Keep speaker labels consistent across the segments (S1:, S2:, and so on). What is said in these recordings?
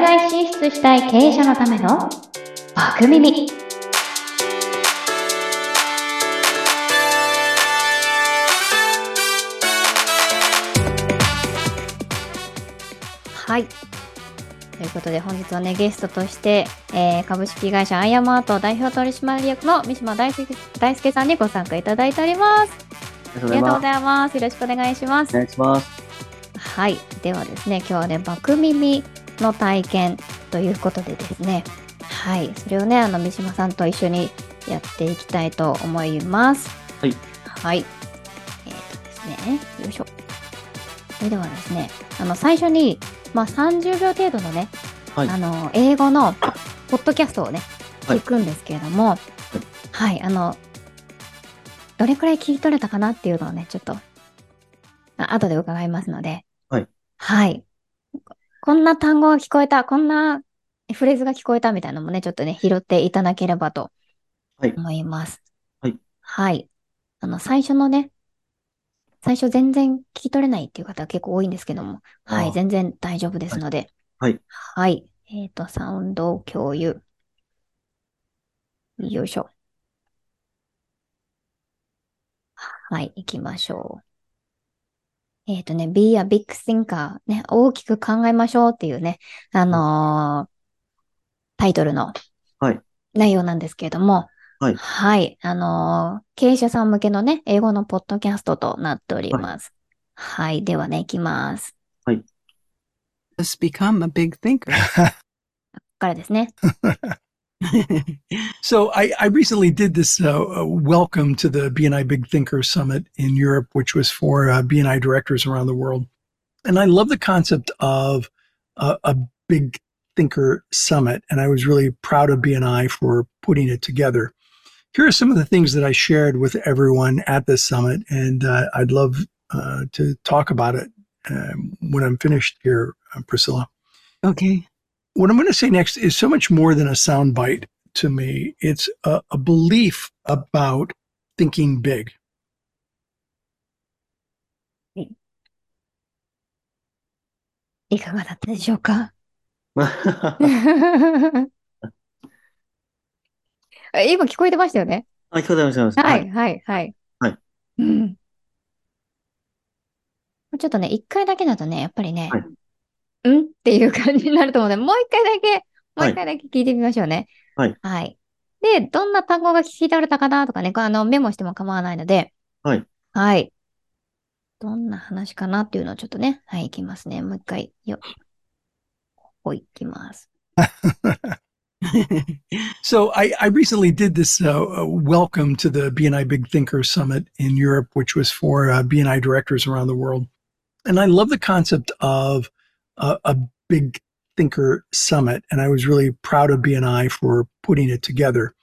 S1: 外進出したい経営者のためのバク耳。はい。ということで本日はね、ゲストとして、えー株式会社アイアムアート代表取締役の三島大輔大輔さんにご参加いただいております。あ
S2: ありがと
S1: りが
S2: う
S1: とう
S2: ご
S1: ご
S2: ざ
S1: ざい
S2: います。
S1: ます。よろしくお願いします
S2: お。願いします。
S1: はい、ではですね、今日はね、バク耳の体験ということでですね、はい、それをね、あの三島さんと一緒にやっていきたいと思います。
S2: はい。
S1: はい。えっ、とですね、よいしょ。それではですね、あの最初に、まあ30秒程度のね、
S2: はい
S1: あの英語のポッドキャストをね、
S2: はい
S1: 聞くんですけれども、はい、あのどれくらい聞き取れたかなっていうのをね、ちょっと。あ後で伺いますので。
S2: はい。
S1: はい。こんな単語が聞こえた、こんなフレーズが聞こえたみたいなのもね、ちょっとね、拾っていただければと
S2: はい
S1: 思います。
S2: はい。
S1: はい。あの、最初のね、最初全然聞き取れないっていう方が結構多いんですけども、は
S2: あ
S1: い、
S2: ー
S1: 全然大丈夫ですので。
S2: はい。
S1: はい。えっ、と、サウンド共有。よいしょ。はい、行きましょう。えっ、とね、be a big thinker ね、大きく考えましょうっていうね、あのータイトルの
S2: はい
S1: 内容なんですけれども、
S2: はい
S1: はい、あのー経営者さん向けのね、英語のポッドキャストとなっております。はい、ではね、行きます。
S3: Just become a big thinker.
S1: ここからですね。
S4: So I, I recently did this uh, uh, welcome to the BNI Big Thinker Summit in Europe, which was for uh, BNI directors around the world. And I love the concept of uh, a big thinker summit. And I was really proud of BNI for putting it together. Here are some of the things that I shared with everyone at this summit, and uh, I'd love uh, to talk about it um, when I'm finished here, uh, Priscilla
S3: okay.
S4: what I'm going to say next is so much more than a soundbite to me. It's a, a belief about thinking big.
S1: はいいかがだったでしょうか
S2: あ
S1: え今聞こえてましたよね。
S2: 聞こえてます聞こえてます。
S1: はい、。はい、はい。
S2: はい
S1: うん。ちょっとね、一回だけだとね、やっぱりね、
S2: はい
S1: うんっていう感じになると思うので、もう一回だけ、もう一回だけ聞いてみましょうね。
S2: はい。
S1: はい。で、どんな単語が聞き取れたかなとかね、あの、メモしても構わないので、
S2: はい。
S1: はい。どんな話かなっていうのをちょっとね、はい、いきますね。もう一回、よ。ここいきます。
S4: So I, I recently did this uh, uh, welcome to the BNI Big Thinker Summit in Europe, which was for uh, BNI directors around the world. And I love the concept of uh, a big thinker summit. And I was really proud of BNI for putting it together.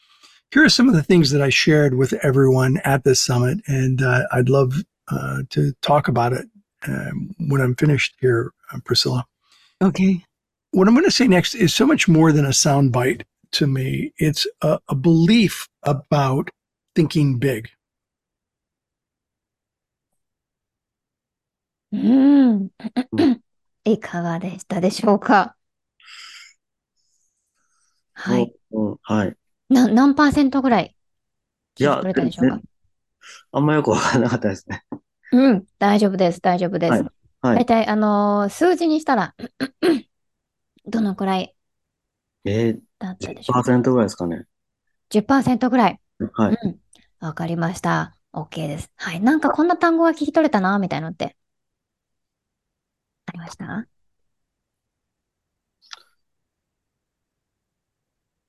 S4: Here are some of the things that I shared with everyone at this summit, and uh, I'd love uh, to talk about it um, when I'm finished here, uh, Priscilla
S3: Okay.
S4: what I'm going to say next is so much more than a soundbite to me. It's a, a belief about thinking big.
S1: うーん。いかがでしたでしょうかはい。。
S2: うん、はい。
S1: な、何パーセントぐらい
S2: いや
S1: 聞き取れたでしょうか
S2: あんまよくわからなかったですね。
S1: うん。大丈夫です。大丈夫です。
S2: は
S1: 大
S2: い
S1: 体、あのー数字にしたら、 どのくらい
S2: え
S1: だった
S2: ー、
S1: でしょうか
S2: 10%ぐらいですかね。
S1: 10%ぐらい。
S2: はい。
S1: うん。わかりました。OK です。はい。なんかこんな単語が聞き取れたな、みたいなのって。ありました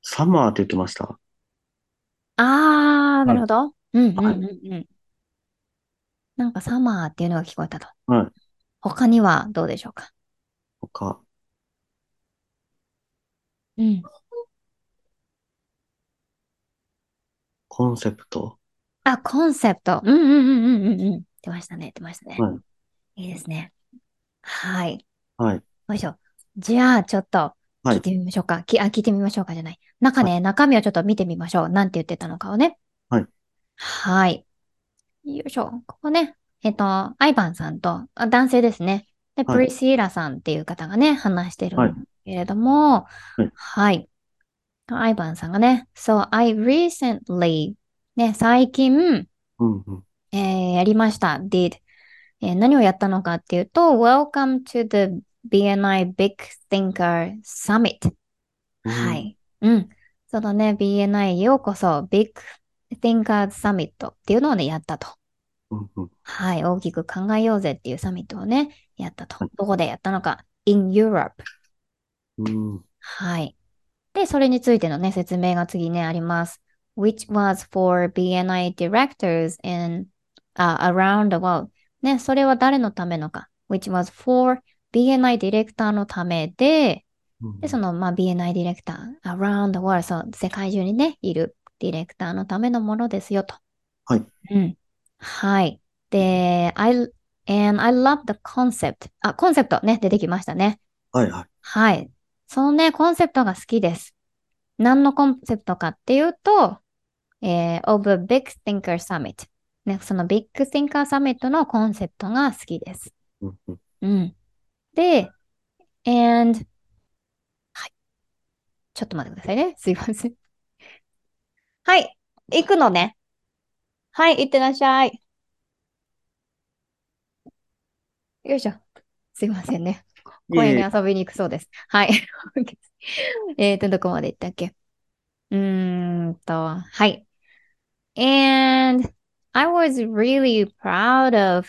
S2: サマーって言ってました。
S1: あー、なるほど。うんうん
S2: はい
S1: うんうん。なんかサマーっていうのが聞こえたと。
S2: はい
S1: 他にはどうでしょうか。
S2: 他。
S1: うん。
S2: コンセプト。
S1: あ、コンセプト。うんうんうんうんうんうん。出ましたね、出ましたね。。
S2: はい
S1: いですね。はい。
S2: はい。
S1: よいしょ。じゃあ、ちょっと
S2: はい
S1: 聞いてみましょうか。き、あ、聞いてみましょうかじゃない。中ね、中身をちょっと見てみましょう。なんて言ってたのかをね。
S2: はい。
S1: はい。よいしょ。ここね。えっと、アイバンさんと、あ男性ですね。で、
S2: はい
S1: プリシーラさんっていう方がね、話してるん
S2: はい
S1: だけけれども、
S2: うん
S1: はい。アイバンさんがね、So I recently, ね、最近、
S2: うんうん。
S1: えーやりました。did. えー何をやったのかっていうと、Welcome to the BNI Big Thinker Summit.
S2: うん
S1: はい。うん。そのね、BNI へようこそ、Big Thinkers Summit っていうのをね、やったと。
S2: うんうん。
S1: はい。大きく考えようぜっていうサミットをね、やったと
S2: はい。
S1: どこでやったのか。in Europe。
S2: うん
S1: はい。で、それについてのね、説明が次ね、あります。which was for BNI directors in, uh, around the world. ね、それは誰のためのか。which was for BNI ディレクターのためで、
S2: うん
S1: で、その、まあ、BNI ディレクター、around the world, そう、世界中にね、いるディレクターのためのものですよと。
S2: はい。
S1: うん。はい。で、I, and I love the concept. あ、コンセプトね、出てきましたね。
S2: はいはい。
S1: はい。そのね、コンセプトが好きです。何のコンセプトかっていうと、えー of a big thinker summit。ね、そのビッグ thinker summit のコンセプトが好きです。
S2: うんうん
S1: うん。で、and はい。ちょっと待ってくださいね。すいません。はい。行くのね。はい。行ってらっしゃい。よいしょ。すいませんね。公園に遊びに行くそうです。はい。 えっと、どこまで行ったっけうーんと、はい。And I was really proud of、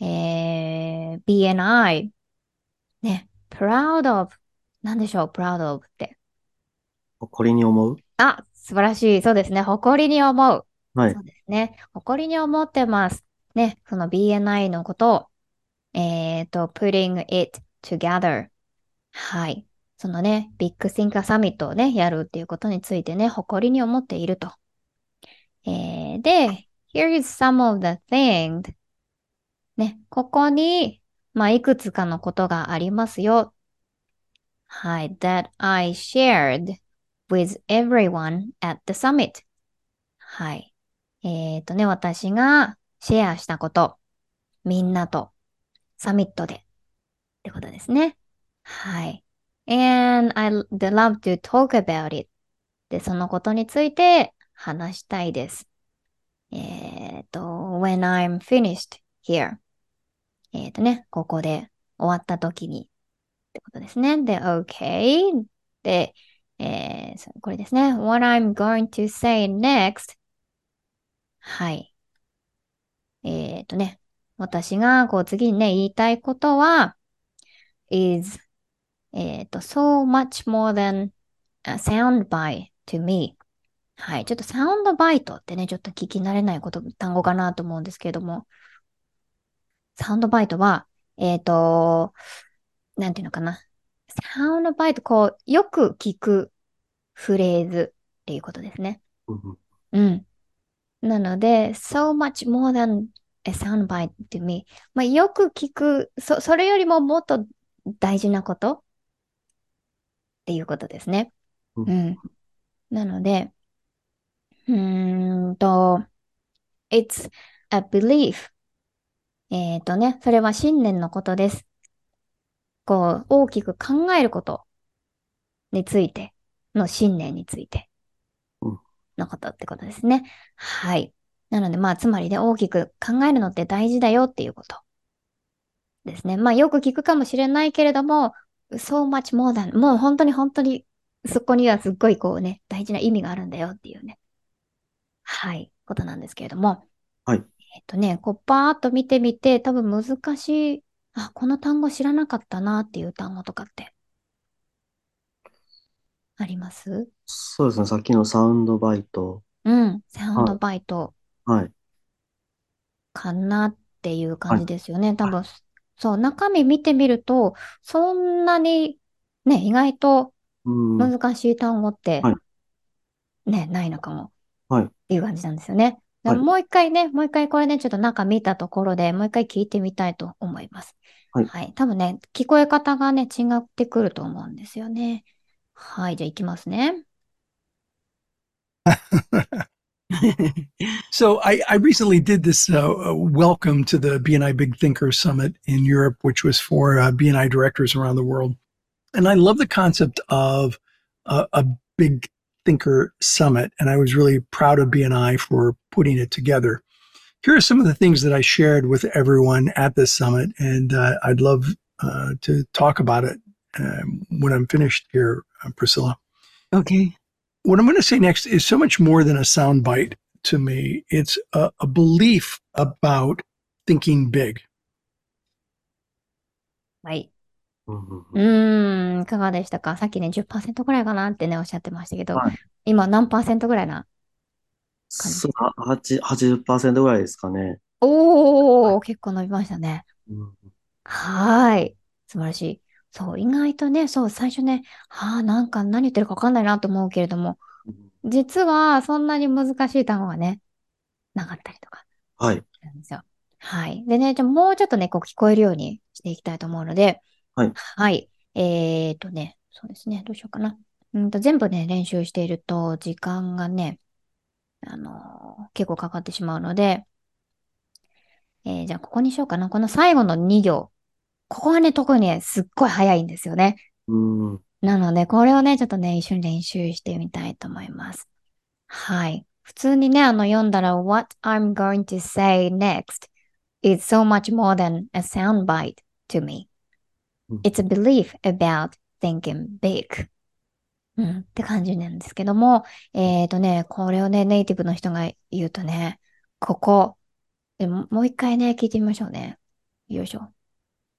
S1: えー BNI. ね、proud of. なんでしょう、proud of って。
S2: 誇りに思う
S1: あ、素晴らしい。そうですね。誇りに思う。
S2: はい
S1: そうですね。誇りに思ってます。ね、その BNI のことを、えっと、putting it together。はい。そのね、ビッグシンカーサミットをね、やるっていうことについてね、誇りに思っていると。えーで、here is some of the things. ね、ここに、まあ、いくつかのことがありますよ。はい。that I shared with everyone at the summit. はい。えっとね、私がシェアしたこと、みんなと、サミットで、ってことですね。はい。And I l- they love to talk about it. で、そのことについて話したいです。えっと、when I'm finished here. えっとね、ここで終わった時に、ってことですね。で、okay. で、えーそうこれですね。What I'm going to say next はい。えっとね、私がこう次にね、言いたいことは、is, えっと、so much more than a soundbite to me. はい。ちょっとサウンドバイトってね、ちょっと聞き慣れないこと、単語かなと思うんですけれども、サウンドバイトは、えっと、なんていうのかな。サウンドバイト、こう、よく聞くフレーズっていうことですね。
S2: うんうん
S1: うん。なので、so much more than a soundbite to me. まあ、よく聞く、そ、それよりももっと大事なことっていうことですね。
S2: う
S1: うん。なので、うーんと、it's a belief. えっとね、それは信念のことです。こう、大きく考えることについての信念について
S2: うん
S1: のことってことですね。はい。なので、まあ、つまりね、大きく考えるのって大事だよっていうことですね。まあ、よく聞くかもしれないけれども、so much more than もう本当に本当にそこにはすっごいこうね、大事な意味があるんだよっていうね。はい、ことなんですけれども。
S2: はい。
S1: えっとね、こうパーっと見てみて、多分難しい、あ、この単語知らなかったなっていう単語とかって、あります
S2: そうですね。さっきのサウンドバイト。
S1: うん、サウン
S2: は
S1: ドバイト
S2: はい。
S1: かなっていう感じですよね。多分、そう、中身見てみると、そんなに、ね、意外と、
S2: うん。はい。
S1: 難しい単語って
S2: は、
S1: ね、ないのかも。
S2: はい
S1: っていう感じなんですよね。だから
S2: はい
S1: もう一回ね、もう一回これね、ちょっと中見たところで、もう一回聞いてみたいと思います。
S2: はい
S1: 多分ね、聞こえ方がね、違ってくると思うんですよね。はい。じゃあ、いきますね。
S4: So I, I recently did this uh, uh, welcome to the BNI Big Thinker Summit in Europe, which was for uh, BNI directors around the world. And I love the concept of a, a big thinker summit. And I was really proud of BNI for putting it together. Here are some of the things that I shared with everyone at this summit, and uh, I'd love uh, to talk about it um, when I'm finished here, uh, Priscilla.
S3: Okay.
S4: What I'm going to say next is so much more than a soundbite to me. It's a, a belief about thinking big.
S1: はい。
S2: うん
S1: うーん、いかがでしたかさっきね、10%ぐらいかなってね、おっしゃってましたけど
S2: はい、
S1: 今何パーセントぐらいな
S2: そう、はち80%ぐらいですかね。
S1: おー、結構伸びましたね。
S2: うん
S1: はーい。素晴らしい。そう、意外とね、そう、最初ね、ああ、なんか何言ってるか分かんないなと思うけれども、実はそんなに難しい単語がね、なかったりとか
S2: はい。
S1: するんですよ。はい。でね、じゃあもうちょっとね、こう聞こえるようにしていきたいと思うので、
S2: はい
S1: はい。えーとね、そうですね、どうしようかな。うんと、全部ね、練習していると、時間がね、あのー結構かかってしまうので、えーじゃあここにしようかな。この最後の2行。ここはね、特にねすっごい早いんですよね。
S2: うん。
S1: なので、これをね、ちょっとね、一緒に練習してみたいと思います。はい。普通にね、あの、読んだら、What I'm going to say next is so much more than a soundbite to me.
S2: うん
S1: It's a belief about thinking big. うん、って感じなんですけども、えっとね、これをね、ネイティブの人が言うとね、ここ、でももう一回ね、聞いてみましょうね。よいしょ。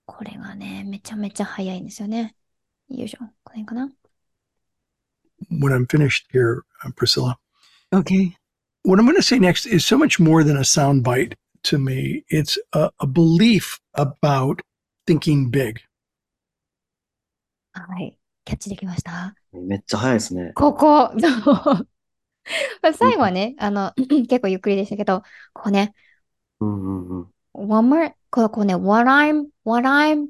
S1: これがね、めちゃめちゃ早いんですよね。よいしょ。これかな
S4: When I'm finished here, uh, Priscilla.
S3: Okay.
S4: what I'm going to say next is so much more than a soundbite to me. It's a, a belief about thinking big.
S1: はい。キャッチできました
S2: めっちゃ早いですね。
S1: ここ、そう最後はね、あの、 結構ゆっくりでしたけど、ここね、
S2: うんうんうん。
S1: one more, こうこうね、what I'm, what I'm,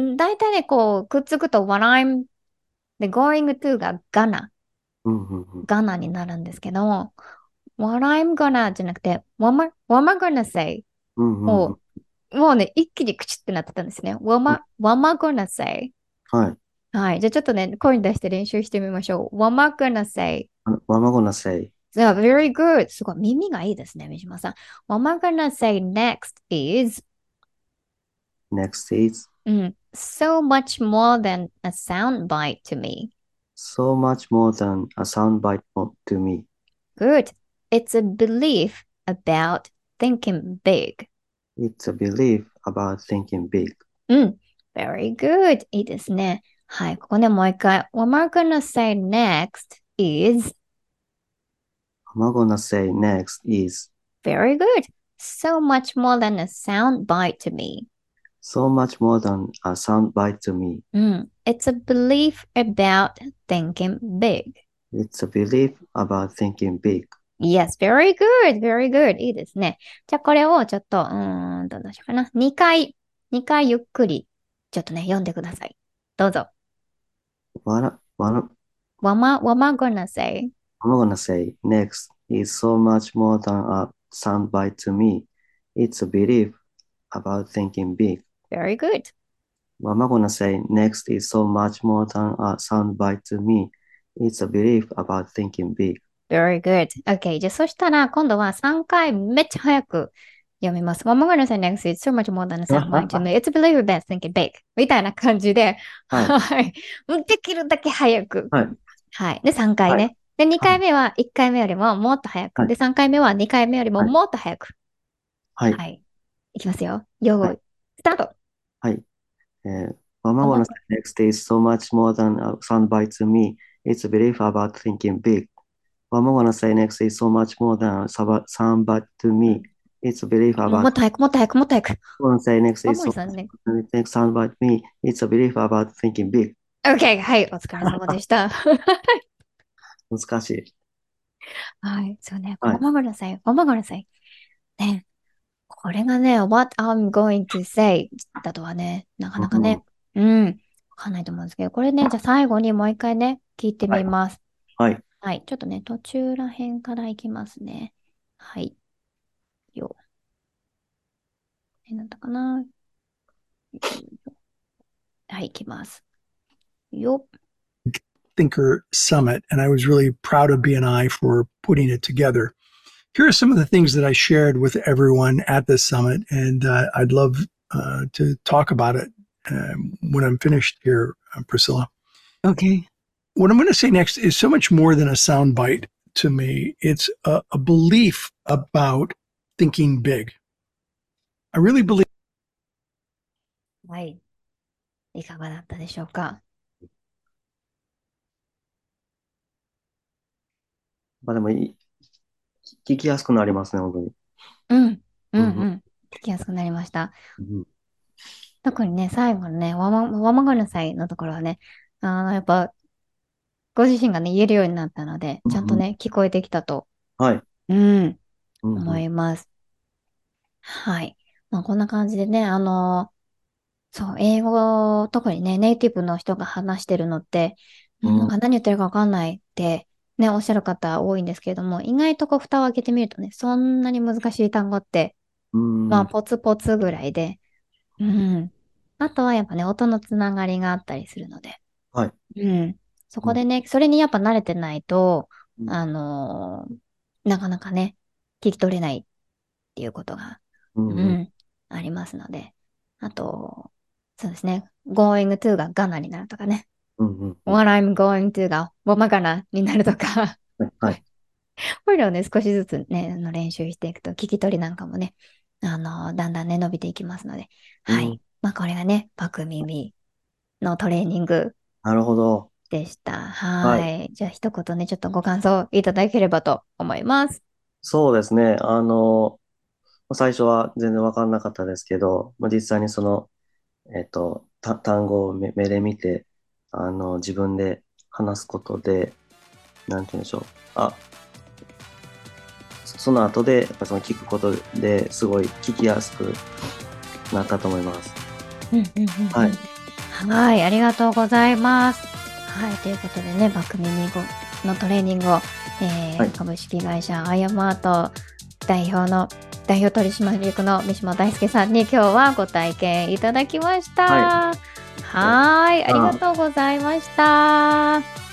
S1: ん大体ね、こう、くっつくと what I'm, で、going to が gonna,
S2: うんうんうん。
S1: gonna になるんですけども、what I'm gonna じゃなくて、what am I, what am I gonna say?
S2: うんうんうん
S1: を、もうね、一気に口ってなってたんですね。what am I, what am I gonna say?
S2: はい。
S1: はい。じゃあちょっとね、声に出して練習してみましょう。What am I gonna say?
S2: わまごなせい。
S1: Yeah, very good. すごい。耳がいいですね、三島さん。What am I gonna say next is,
S2: Next is
S1: うん、so much more than a soundbite to me.
S2: so much more than a soundbite to me.
S1: Good. It's a belief about thinking big.
S2: It's a belief about thinking big.
S1: うん。Very good. いいですね。はい。ここね、もう一回。What am I gonna say next is,
S2: What am I gonna say next is
S1: very good. So much more than a soundbite to me.
S2: so much more than a soundbite to me.
S1: うん。It's a belief about thinking big.
S2: It's a belief about thinking big.
S1: Yes, very good, very good. いいですね。じゃあこれをちょっと、うーんと、どうしようかな。2回、2回ゆっくり、ちょっとね、読んでください。どうぞ。
S2: What, I- what, I-
S1: What am I, what am I gonna say?
S2: I'm gonna say next is so much more than a soundbite to me. It's a belief about thinking big.
S1: Very good.
S2: What am I gonna say next is so much more than a soundbite to me. It's a belief about thinking big.
S1: Very good. Okay. じゃあそしたら、今度は3回めっちゃ早く読みます。What am I gonna say next is so much more than a soundbite to me. It's a belief about thinking big. みたいな感じで、
S2: はい
S1: はい。できるだけ早く。
S2: はい。
S1: はい。で、3回ね。で、2回目は1回目よりももっと早
S2: は
S1: く。
S2: い
S1: で、3回目は2回目よりも
S2: はい
S1: もっと早く。
S2: はい。
S1: はい。いきますよ。よ
S2: は
S1: ーい。スタート
S2: Uh, what am I gonna say next is so much more than a soundbite to me. It's a belief about thinking big. What am I gonna say next is so much more than a sub- soundbite to me. It's a belief
S1: も
S2: about.
S1: っと早く、もっと早く、もっと早く。
S2: What I'm gonna say next
S1: マ
S2: is
S1: モ
S2: so
S1: リさんね。
S2: much more than a soundbite to me. It's a belief about thinking big.
S1: OK。はい。お疲れ様でした。
S2: 難しい。
S1: はい、そうね。ご
S2: はい
S1: まごめんなさい。ごまごめんなさい。ね。これがね、what I'm going to say だとはね、なかなかね、うん、わかんないと思うんですけど、これね、じゃあ最後にもう一回ね、聞いてみます。
S2: はい。
S1: はい、ちょっとね、途中らへんからいきますね。はい。よ。え、なんだかな。はい、いきます。 Yup.
S4: Thinker Summit, and I was really proud of BNI for putting it together. Here are some of the things that I shared with everyone at this summit, and uh, I'd love uh, to talk about it um, when I'm finished here, uh, Priscilla.
S3: Okay.
S4: What I'm going to say next is so much more than a soundbite to me. It's a, a belief about thinking big. I really believe
S1: はい。いかがだったでしょうか
S2: まあでもいい、聞きやすくなりますね、本当に。
S1: うん。うん
S2: う
S1: う
S2: ん
S1: ん。聞きやすくなりました。
S2: うん
S1: 特にね、最後のね、わま、わまがる祭のところはね、あの、やっぱ、ご自身がね、言えるようになったので、ちゃんとね、聞こえてきたと、
S2: はい。
S1: うん、
S2: うん
S1: 思います。はい。まあ、こんな感じでね、あの、そう、英語、特にね、ネイティブの人が話してるのって、
S2: うん
S1: なんか何言ってるかわかんないって、ね、おっしゃる方多いんですけれども、意外とこう、蓋を開けてみるとね、そんなに難しい単語って、
S2: うん
S1: まあ、ポツポツぐらいで、うん。あとはやっぱね、音のつながりがあったりするので、
S2: はい
S1: うん。そこでね、それにやっぱ慣れてないと
S2: う、ん
S1: あのーなかなかね、聞き取れないっていうことが、
S2: うん
S1: う、
S2: うんん
S1: ありますので、あと、そうですね、going to がガナになるとかね、
S2: うんうん
S1: what I'm going to がボマガナになるとか、
S2: はい。
S1: これらをね、少しずつね、あの練習していくと、聞き取りなんかもね、あの、だんだんね、伸びていきますので、はい。
S2: うん
S1: まあ、これがね、バック耳のトレーニング
S2: なるほど。
S1: でした。はい。じゃあ、一言ね、ちょっとご感想いただければと思います。
S2: そうですね。あの、最初は全然わかんなかったですけど、まあ、実際にその、えっと、た単語を目目で見て、あの、自分で話すことで、なんて言うんでしょう。あ、そその後で、やっぱその聞くことですごい聞きやすくなったと思います。
S1: うんうんうんうん
S2: はい。
S1: はい、ありがとうございます。はい、ということでね、バック耳語のトレーニングを、えー
S2: はい
S1: 株式会社アイアマート代表の代表取締役の三島大輔さんに今日はご体験いただきました。は
S2: は
S1: ーい、ありがとうございました。